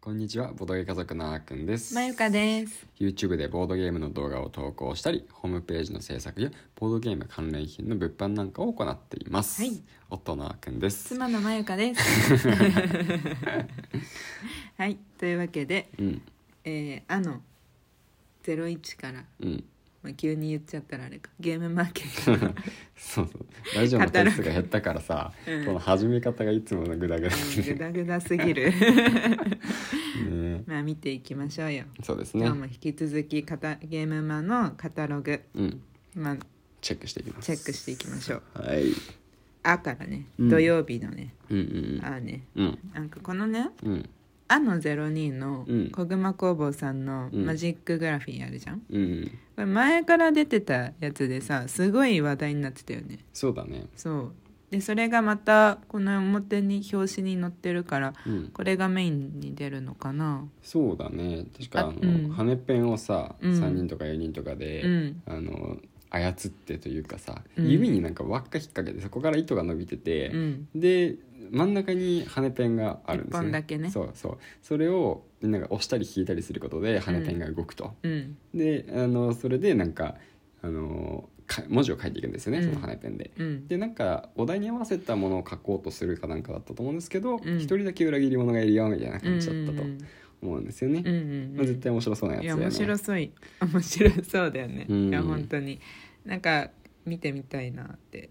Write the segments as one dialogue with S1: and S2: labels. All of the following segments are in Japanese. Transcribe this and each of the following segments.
S1: こんにちは、ボードゲー家族のあーくんです。
S2: まゆかです。
S1: YouTube でボードゲームの動画を投稿したり、ホームページの制作やボードゲーム関連品の物販なんかを行っています。
S2: はい
S1: 夫のあーくんです。
S2: 妻のまゆかです。 はい、というわけで、
S1: うん、
S2: えー、あの。ゼロ一から、
S1: うん。
S2: まあ、急に言っちゃったらあれか、ゲームマーケット。
S1: そうそう。ラジオの回数が減ったからさ、
S2: うん
S1: この始め方がいつものグダグダ
S2: ぐ
S1: で
S2: だぐだすぎる。
S1: ね。
S2: まあ、見ていきましょうよ。
S1: そうです
S2: 今
S1: ね
S2: 日。も引き続き、かた、ゲームマのカタログ。
S1: うん。
S2: まあ、
S1: チェックしていきます。
S2: チェックしていきましょう。
S1: はい。
S2: あからね、
S1: うん
S2: 土曜日のね、
S1: うんうん
S2: あーね、
S1: うん。うん。
S2: なんかこのね。
S1: うん。
S2: あのゼロ二の
S1: うん
S2: 小熊工房さんの
S1: うん
S2: マジックグラフィーあるじゃん。
S1: うん。
S2: これ前から出てたやつでさすごい話題になってたよね
S1: そうだね。
S2: そうでそれがまたこの表に表紙に載ってるから
S1: うん。
S2: これがメインに出るのかな
S1: そうだね。確かあ
S2: あ
S1: の、
S2: うん
S1: 羽ペンをさ、
S2: うん
S1: 三人とか四人とかで、
S2: うん
S1: あの操ってというかさ、
S2: うん
S1: 指になんか輪っか引っ掛けてそこから糸が伸びてて、
S2: うん
S1: で真ん中に羽ペンがあるんですよ
S2: 一本だけね
S1: そうそうそれをみんなが押したり引いたりすることで羽ペンが動くと、
S2: うん
S1: であのそれでなんかあのか文字を書いていくんですよね、
S2: うん
S1: その羽ペンで。
S2: うん
S1: でなんかお題に合わせたものを書こうとするかなんかだったと思うんですけど一、
S2: うん
S1: 人だけ裏切り者がいるよみたいな感じだったと
S2: うん
S1: 思うんですよね。
S2: うんうん
S1: まあ、絶対面白そうなやつ
S2: い
S1: だよ
S2: や
S1: ね。
S2: 面白そう い面白そうだよね
S1: うん
S2: いや本当になんか見てみたいなって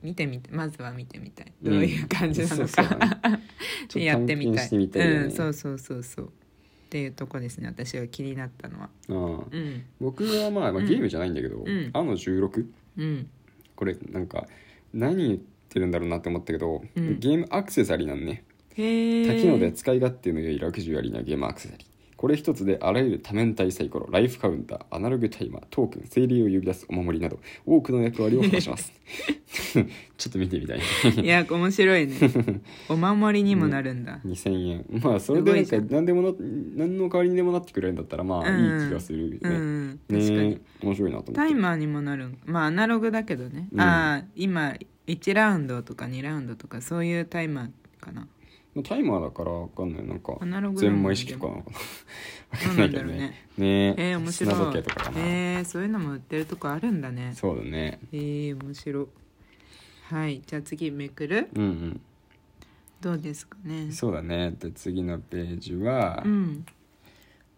S2: 見てみてまずは見てみたいどういう感じな
S1: うん
S2: のか、
S1: そうそうちょっと
S2: やってみ
S1: 探
S2: た
S1: 検
S2: い
S1: してみたいよね
S2: うん、そうそうそうそうっていうとこですね私は気になったのは
S1: ああ
S2: うん
S1: 僕はまあ、まあ、
S2: うん
S1: ゲームじゃないんだけど「
S2: ん
S1: あの16
S2: うん」
S1: これなんか何言ってるんだろうなって思ったけど、
S2: うん
S1: ゲームアクセサリーなんね
S2: へえ
S1: 多機能で使い勝手の良い60ありなゲームアクセサリーこれ一つであらゆる多面体サイコロライフカウンターアナログタイマートークン精霊を呼び出すお守りなど多くの役割を果たします ちょっと見てみ たい
S2: いや面白い ねお守りにもなるんだ、
S1: 2000円まあそれでなん
S2: すご
S1: か
S2: いじ
S1: 何でもな何の代わりにでもなってくれるんだったらまあ
S2: うん
S1: いい気がするよね、
S2: うん、うん
S1: ね
S2: 確かに、
S1: 面白いなと思って
S2: タイマーにもなるんまあアナログだけどね、
S1: うん
S2: ああ今1ラウンドとか2ラウンドとかそういうタイマーかな
S1: タイマーだからわかんないなんか
S2: アナログな
S1: 全
S2: の
S1: 枚式とかなのかなわか
S2: どうんな
S1: ない
S2: ん
S1: け
S2: だ
S1: ど
S2: ろう
S1: ね
S2: ね
S1: ね
S2: えー、面白い
S1: 砂時計とかかな、
S2: えー、そういうのも売ってるとこあるんだね
S1: そうだね
S2: えー、面白いはいじゃあ次めくる
S1: うん
S2: どうですか
S1: う
S2: ね
S1: んそうだねで次のページは、
S2: うん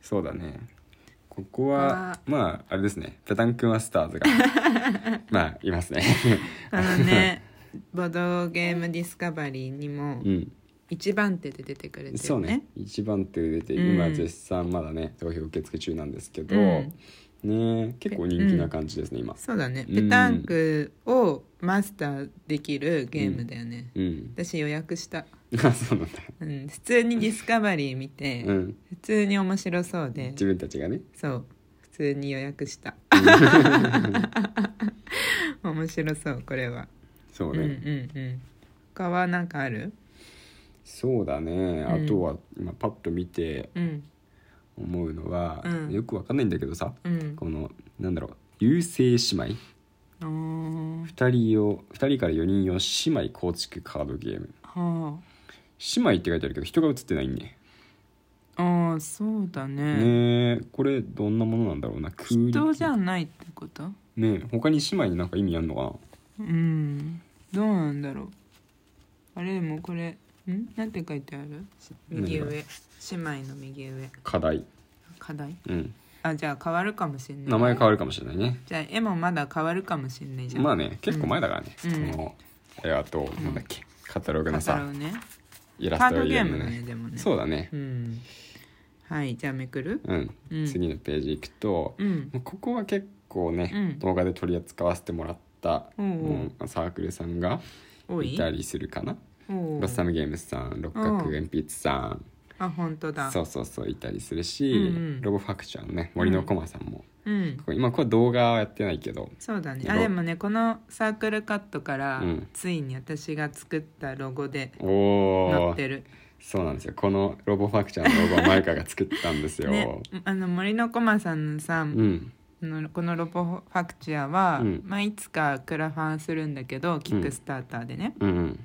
S1: そうだねここは
S2: こ
S1: まああれですねペタンクマスタ ーズがまあいますね
S2: あ のねボードゲームディスカバリーにも
S1: うん
S2: 一番手で出てくれてるね
S1: そうね一番手で出て
S2: うん
S1: 今絶賛まだね投票受付中なんですけど、
S2: うん
S1: ね結構人気な感じですね、今
S2: そうだね
S1: うん
S2: ペタンクをマスターできるゲームだよね、
S1: うん
S2: 私予約した、
S1: あそうなん だ
S2: うん、普通にディスカバリー見て、
S1: うん
S2: 普通に面白そうで
S1: 自分たちがね
S2: そう普通に予約した 面白そうこれは、
S1: そう
S2: うん
S1: ね、
S2: うんうん他は何かある
S1: そうだね
S2: うん
S1: あとは今パッと見て
S2: うん
S1: 思うのは、
S2: うん
S1: よくわかんないんだけどさ
S2: うん
S1: このなんだろう優勢姉妹
S2: あー
S1: 2人用二人から4人用姉妹構築カードゲーム
S2: は
S1: 姉妹って書いてあるけど人が写ってないね、
S2: あああそうだね
S1: ねえこれどんなものなんだろうな空
S2: 人じゃ
S1: ん
S2: ないってこと
S1: ねえ他に姉妹になんか意味あんのかな
S2: うんどうなんだろうあれでもこれんなんて書いてある右上
S1: 何
S2: 姉妹の右上
S1: 課題
S2: 課題
S1: うん
S2: あじゃあ変わるかもしんない
S1: 名前変わるかもしれないね
S2: じゃあ絵もまだ変わるかもしんないじゃん
S1: まあね結構前だからね、
S2: うん
S1: このあれあと、なんだっけカタログの
S2: カタ
S1: さ
S2: ログね
S1: イ
S2: カ
S1: ラス
S2: ー
S1: ト
S2: ド
S1: を入
S2: ゲ
S1: れ
S2: ー
S1: る
S2: ム
S1: の
S2: だ
S1: ね
S2: ねでもね
S1: そうだね
S2: うんはいじゃあめくる
S1: うん、
S2: うん
S1: 次のページ行くと、
S2: うん
S1: ここは結構ね、
S2: うん
S1: 動画で取り扱わせてもらった、
S2: おうお
S1: うんサークルさんが
S2: う多
S1: い
S2: い
S1: たりするかな
S2: おう
S1: ロッサムゲームズさん六角鉛筆さん
S2: あ本当だ
S1: そうそうそういたりするし、
S2: うんうん
S1: ロボファクチャーのね森の駒さんも、
S2: うん
S1: ここ今これ動画はやってないけど
S2: そうだね
S1: ロ
S2: あでもねこのサークルカットから、
S1: うん
S2: ついに私が作ったロゴで
S1: お
S2: 載
S1: お
S2: ってる
S1: そうなんですよこのロボファクチャーのロゴはマイカが作ったんですよ、
S2: ねあの森の駒さんのさ、
S1: うん
S2: あのこのロボファクチャーは、
S1: うん
S2: まあ、いつかクラファンするんだけどキックスターターでね、
S1: うん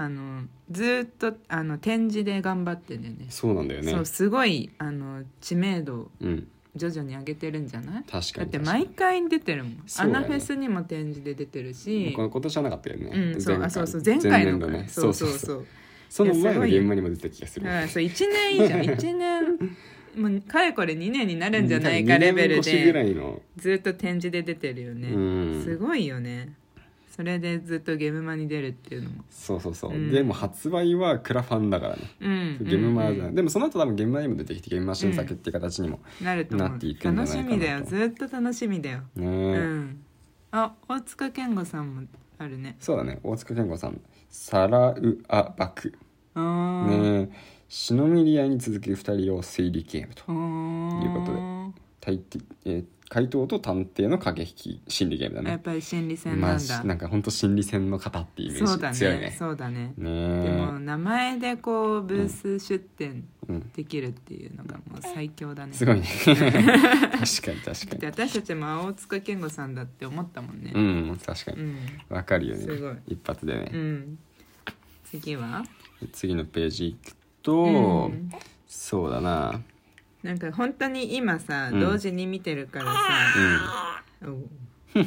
S2: あのずーっとあの展示で頑張ってんだよね
S1: そうなんだよね
S2: そうすごいあの知名度を
S1: うん
S2: 徐々に上げてるんじゃない
S1: 確か
S2: だっ
S1: に
S2: て
S1: 確か
S2: 毎
S1: に
S2: 回出てるもん、
S1: そ
S2: ア
S1: うだ
S2: ナ
S1: よね
S2: フェスにも展示で出てるし
S1: この今年はなかったよね、
S2: うん、そうあそうそう前
S1: 前
S2: 回
S1: 年
S2: の
S1: 度
S2: 回
S1: ね
S2: そうそうそう
S1: その前の
S2: いやすごいよ
S1: 現場にも出てた気がす
S2: だ
S1: る
S2: からそう1年以上1年もうかれこれ2年になるんじゃないかレベル
S1: 多分二年越しぐら
S2: で
S1: いの、
S2: ずっと展示で出てるよね、
S1: うん
S2: すごいよねそれでずっとゲームマに出るっていうのも
S1: そうそうそう、
S2: うん
S1: でも発売はクラファンだからね
S2: うん
S1: ゲームマージャン、
S2: うん
S1: でもその後多分ゲームマにも出てきてゲームマ新作っていう形にも、
S2: なると思う
S1: なっていくんじゃないかなと
S2: 楽しみだよずっと楽しみだよ、う
S1: ねえ
S2: んあ大塚健吾さんもあるね
S1: そうだね大塚健吾さん「サラウアバク」
S2: あー
S1: ねえ忍びリアに続く2人を推理ゲームと
S2: あー
S1: いうことで大抵、えー怪盗と探偵の駆け引き心理ゲームだ
S2: やっ
S1: ね
S2: ぱり心理戦
S1: ま
S2: な
S1: あ
S2: ん
S1: し
S2: だ、
S1: なんかほんと心理戦の方っていうイメ
S2: そう
S1: ー
S2: だね
S1: ジ強いね
S2: そうだね
S1: ね
S2: で
S1: え
S2: も名前でこうブース出店
S1: うん、
S2: できるっていうのがもう最強だね、
S1: すご いね確かに確かに
S2: で私たちも大塚健吾さんだって思ったもんね
S1: うん確かに
S2: うん
S1: わかるよ
S2: すご
S1: ね
S2: い
S1: 一発で
S2: う
S1: ね、
S2: ん次は
S1: 次のページいくと、
S2: うん
S1: そうだな
S2: なんか本当に今さ、
S1: うん
S2: 同時に見てるから
S1: う
S2: さ、
S1: ん
S2: おう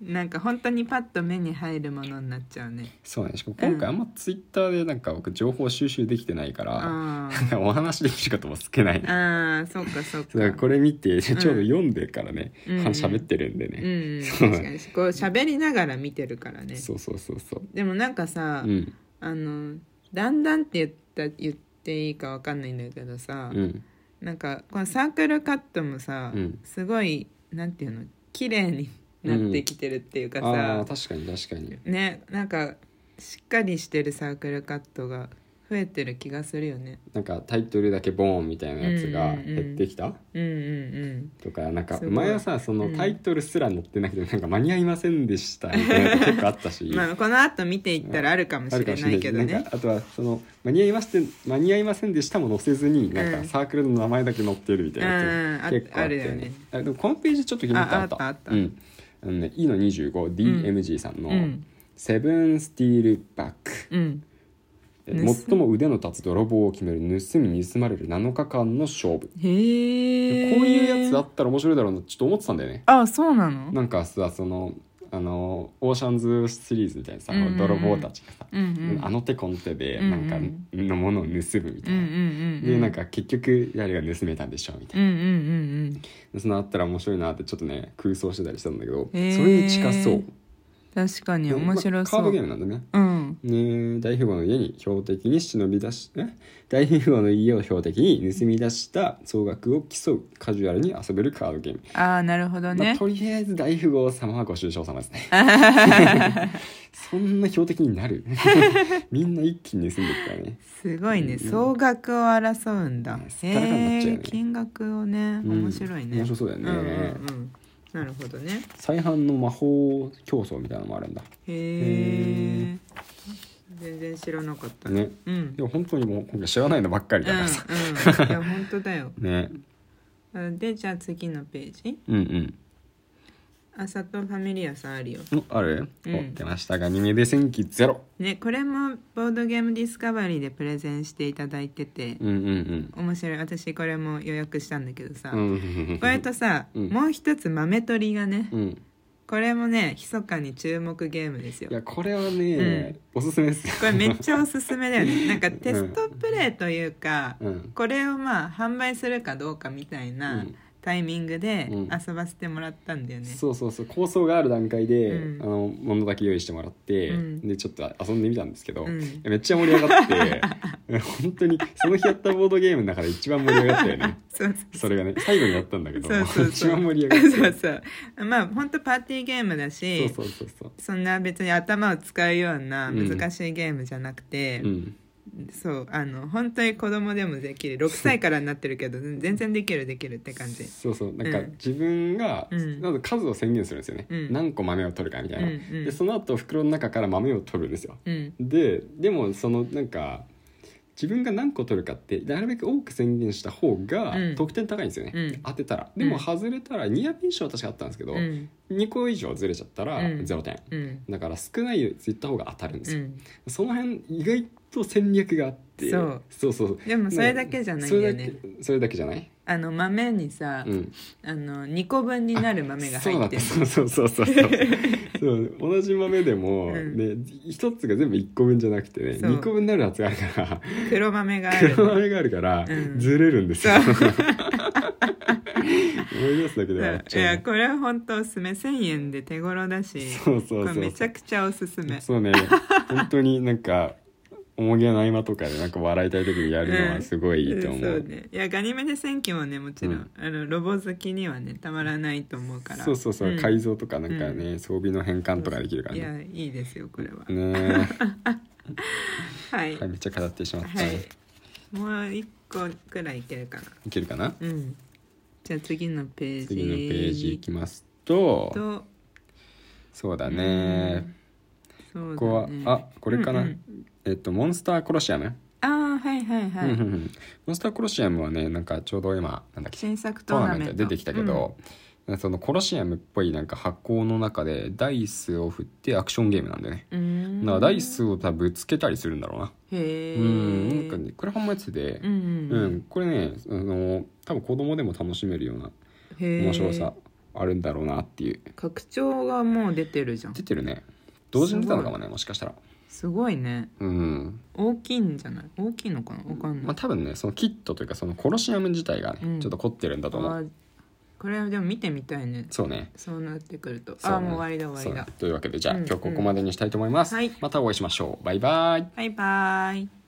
S2: なんか本当にパッと目に入るものになっちゃうね
S1: そうねしかも今回あんまツイッターでなんか僕情報収集できてないから、
S2: あ
S1: お話できることも少ない、
S2: あああそうかそう
S1: だから
S2: か
S1: これ見てちょうど読んでからね、
S2: うん
S1: 話喋ってるんで
S2: う
S1: ね、
S2: ん
S1: そう
S2: 確かにこう喋りながら見てるからね
S1: そうそうそうそう
S2: でもなんかさ、
S1: うん
S2: あのだんだんって言った言っていいかわかんないんだけどさ、
S1: うん
S2: なんかこのサークルカットもさ、
S1: うん
S2: すごいなんていうの綺麗になってきてるっていうか
S1: ああ
S2: さ、
S1: 確かに確かに
S2: ねなんかしっかりしてるサークルカットが増えてる気がするよね。
S1: なんかタイトルだけボーンみたいなやつが減ってきた、
S2: うんうん
S1: とかなんか
S2: すごい
S1: 前はさその
S2: うん
S1: タイトルすら載ってなくてなんか間に合いませんでしたみたい なの結構あったし、
S2: うん。まあこの後見ていったらあるかも
S1: あ
S2: し
S1: るかも
S2: れ
S1: し
S2: な
S1: れないい
S2: け
S1: け
S2: ど
S1: ど、なん
S2: ね
S1: か。あとはその間に合いまして間に合いませんでしたも載せずになん
S2: う
S1: か
S2: ん
S1: サークルの名前だけ載ってるみたいなやつ、
S2: うんうん
S1: 結構あったよ
S2: ああるよ
S1: ね
S2: ね
S1: あでもこのページちょっと気になった
S2: ああったあった
S1: うんあのね、E の 25DMG さんの
S2: うん
S1: 「セブンスティールバック」
S2: うん。
S1: え
S2: 盗む
S1: 最も腕の立つ泥棒を決める盗み盗まれる7日間の勝負、
S2: へえ。
S1: こういうやつあったら面白いだろうなってちょっと思ってたんだよね
S2: あそうなの？
S1: なんかさそのあのオーシャンズシリーズみたいなさ、
S2: うんうんうん
S1: 泥棒たちがさ、
S2: うんうん。
S1: あの手この手で
S2: うん
S1: な
S2: うん
S1: んかのものを盗むみたい
S2: うん
S1: な、
S2: うんうんうん。
S1: でなんか結局誰が盗めたんでしょうみた
S2: う
S1: い
S2: んうんうん
S1: な、そのあったら面白いなってちょっとね空想してたりしたんだけど、
S2: へー
S1: それに近そう
S2: うん確かに面白
S1: まあカー
S2: そ
S1: ドゲー
S2: う、
S1: ムなんだね
S2: うん
S1: ねえ大富豪の家に標的に忍び出しえ大富豪の家を標的に盗み出した総額を競うカジュアルに遊べるカードゲーム、
S2: ああなるほど
S1: まあ
S2: ね、
S1: とりあえず大富豪様はご愁傷様ですね そんな標的になる みんな一気に盗んでいくからね
S2: すごいね、
S1: うん
S2: 総額を争うんだ、
S1: ね
S2: へ
S1: すっからかんになっちゃうよ
S2: え
S1: ね
S2: 金額をね
S1: うん
S2: 面白いね、
S1: 面白そうだよね
S2: うんうんうんなるほどね
S1: 再販の魔法競争みたいなのもあるんだ
S2: へ
S1: へ
S2: え全然知らなかった
S1: ね
S2: うん
S1: でも本当にもう今回知らないのばっかり
S2: うん、
S1: だ
S2: うん、い
S1: からさ、
S2: や本当だよ
S1: ね
S2: あでじゃあ次のページ
S1: うん
S2: あさとファミリアさんあるよ
S1: うんおある、
S2: うん
S1: お出ましたがアニメで戦記ゼロ
S2: ねこれもボードゲームディスカバリーでプレゼンしていただいてて、
S1: うんうん
S2: 面白い私これも予約したんだけどさ、
S1: うんうん
S2: これとさ、
S1: うん
S2: もう一つ豆取りがね、
S1: うん
S2: これもね密かに注目ゲームですよ
S1: いやこれはね、おすすめですよ
S2: これめっちゃおすすめだ よねなんかテストプレイというか、
S1: うん
S2: これをまあ販売するかどうかみたいうなんタイミングで
S1: うん
S2: 遊ばせてもらったんだよね、
S1: そうそうそう構想がある段階で、
S2: うん
S1: あのものだけ用意してもらって、
S2: うん
S1: でちょっと遊んでみたんですけど、
S2: うん
S1: いやめっちゃ盛り上がって 本当にその日やったボードゲームの中で一番盛り上がったよね
S2: そう
S1: それがね最後にやったんだけど
S2: そうそう
S1: 一
S2: そう
S1: 番盛り上がって
S2: そうそうまあ本当パーティーゲームだし
S1: そうそうそうそう
S2: そんな別に頭を使うような
S1: うん
S2: 難しいゲームじゃなくて、
S1: うん
S2: そうあの本当に子供でもできる6歳からになってるけど全然できるできるって感じ
S1: そうそうなんか
S2: うん
S1: 自分が、
S2: うん
S1: なんか数を宣言するんですよね、
S2: うん
S1: 何個豆を取るかみたいな、
S2: うんうん
S1: でその後袋の中から豆を取るんですよ
S2: うん
S1: ででもそのなんか自分が何個取るかってなるべく多く宣言した方が
S2: うん
S1: 得点高いんですよね、
S2: うん
S1: 当てたら
S2: ん
S1: でも外れたらニアピン賞は確かあったんですけど、
S2: うん
S1: 2個以上ずれちゃったら
S2: うん
S1: 0点、
S2: うん
S1: だから少ないやつ言った方が当たるんです
S2: う
S1: よ、
S2: ん
S1: その辺意外と戦略があって
S2: そう
S1: そうそう
S2: でもそれだけじゃないん
S1: そ
S2: だ
S1: れ
S2: よ
S1: だ
S2: ね
S1: けそれだけじゃない、
S2: あの豆にさ、
S1: うん、
S2: あの2個分になる豆が
S1: そう
S2: 入
S1: だ
S2: ってる
S1: そうそうそうそう そう同じ豆でも、
S2: うん
S1: ね一つが全部一個分じゃなくてね
S2: そう
S1: 二個分になるやつがあるか
S2: 黒豆があ
S1: ら
S2: る
S1: 黒
S2: の
S1: 豆があるから、
S2: うん
S1: ずれるんですよ
S2: そ
S1: 思い出すだけで笑っ
S2: い
S1: ちゃう
S2: やこれは本当おすすめ1000円で手頃だし
S1: そうそうそう
S2: これめちゃくちゃおすすめ
S1: そうね本当になんか重げの合間とかでなんか笑いたい時にやるのはすごいいいと思う、
S2: んそうねいやガニメデ戦記もねもちろん、
S1: うん
S2: あのロボ好きにはねたまらないと思うから
S1: そうそうそう、
S2: ん
S1: 改造とかなんかね、装備の変換とかできるから
S2: い
S1: ね
S2: やいいですよこれは、
S1: ね
S2: はい、
S1: え、は、
S2: はいい
S1: めっちゃ語ってしまった、い、
S2: もう一個くらいいけるかな
S1: けるかな
S2: うんじゃあ次のページ
S1: 次のページ行きますと
S2: と
S1: そうだね、
S2: そうだね
S1: ここはあこれかな、
S2: うんうん
S1: えっとモンスターコロシアム、
S2: あーはいはいはい、
S1: うんうんうんモンスターコロシアムはねなんかちょうど今なんだっけ
S2: 新作
S1: ト
S2: ト
S1: ーナ
S2: ーナ
S1: メ
S2: メ
S1: ン
S2: ン
S1: ト
S2: ト
S1: で出てきたけ、ど、そのコロシアムっぽいなんか発酵の中でダイスを振ってアクションゲームなんだよね、
S2: うん、
S1: だからダイスを多分ぶつけたりするんだろうな、
S2: へえ
S1: うんなんかねこれほんまやつで
S2: う、ん
S1: うんこれねあの多分子供でも楽しめるような
S2: へー
S1: 面白さあるんだろうなっていう
S2: 拡張がもう出てるじゃん
S1: 出てるね同時に出たのかもねもしかしたら
S2: すごいね
S1: うん
S2: 大きいんじゃない大きいのかなわかん
S1: ま
S2: な
S1: あ
S2: い、
S1: 多分ねそのキットというかそのコロシアム自体がね、
S2: うん
S1: ちょっと凝ってるんだと思
S2: あ
S1: う
S2: ーこれはでも見てみたいね
S1: そうね
S2: そうなってくると
S1: そう
S2: あ
S1: ね
S2: あもう終わりだ終わり
S1: そう
S2: だ
S1: ねというわけでじゃあ、
S2: うん
S1: 今日ここまでにしたいと思います、
S2: はい
S1: またお会いしましょうバイバイ
S2: バイバイ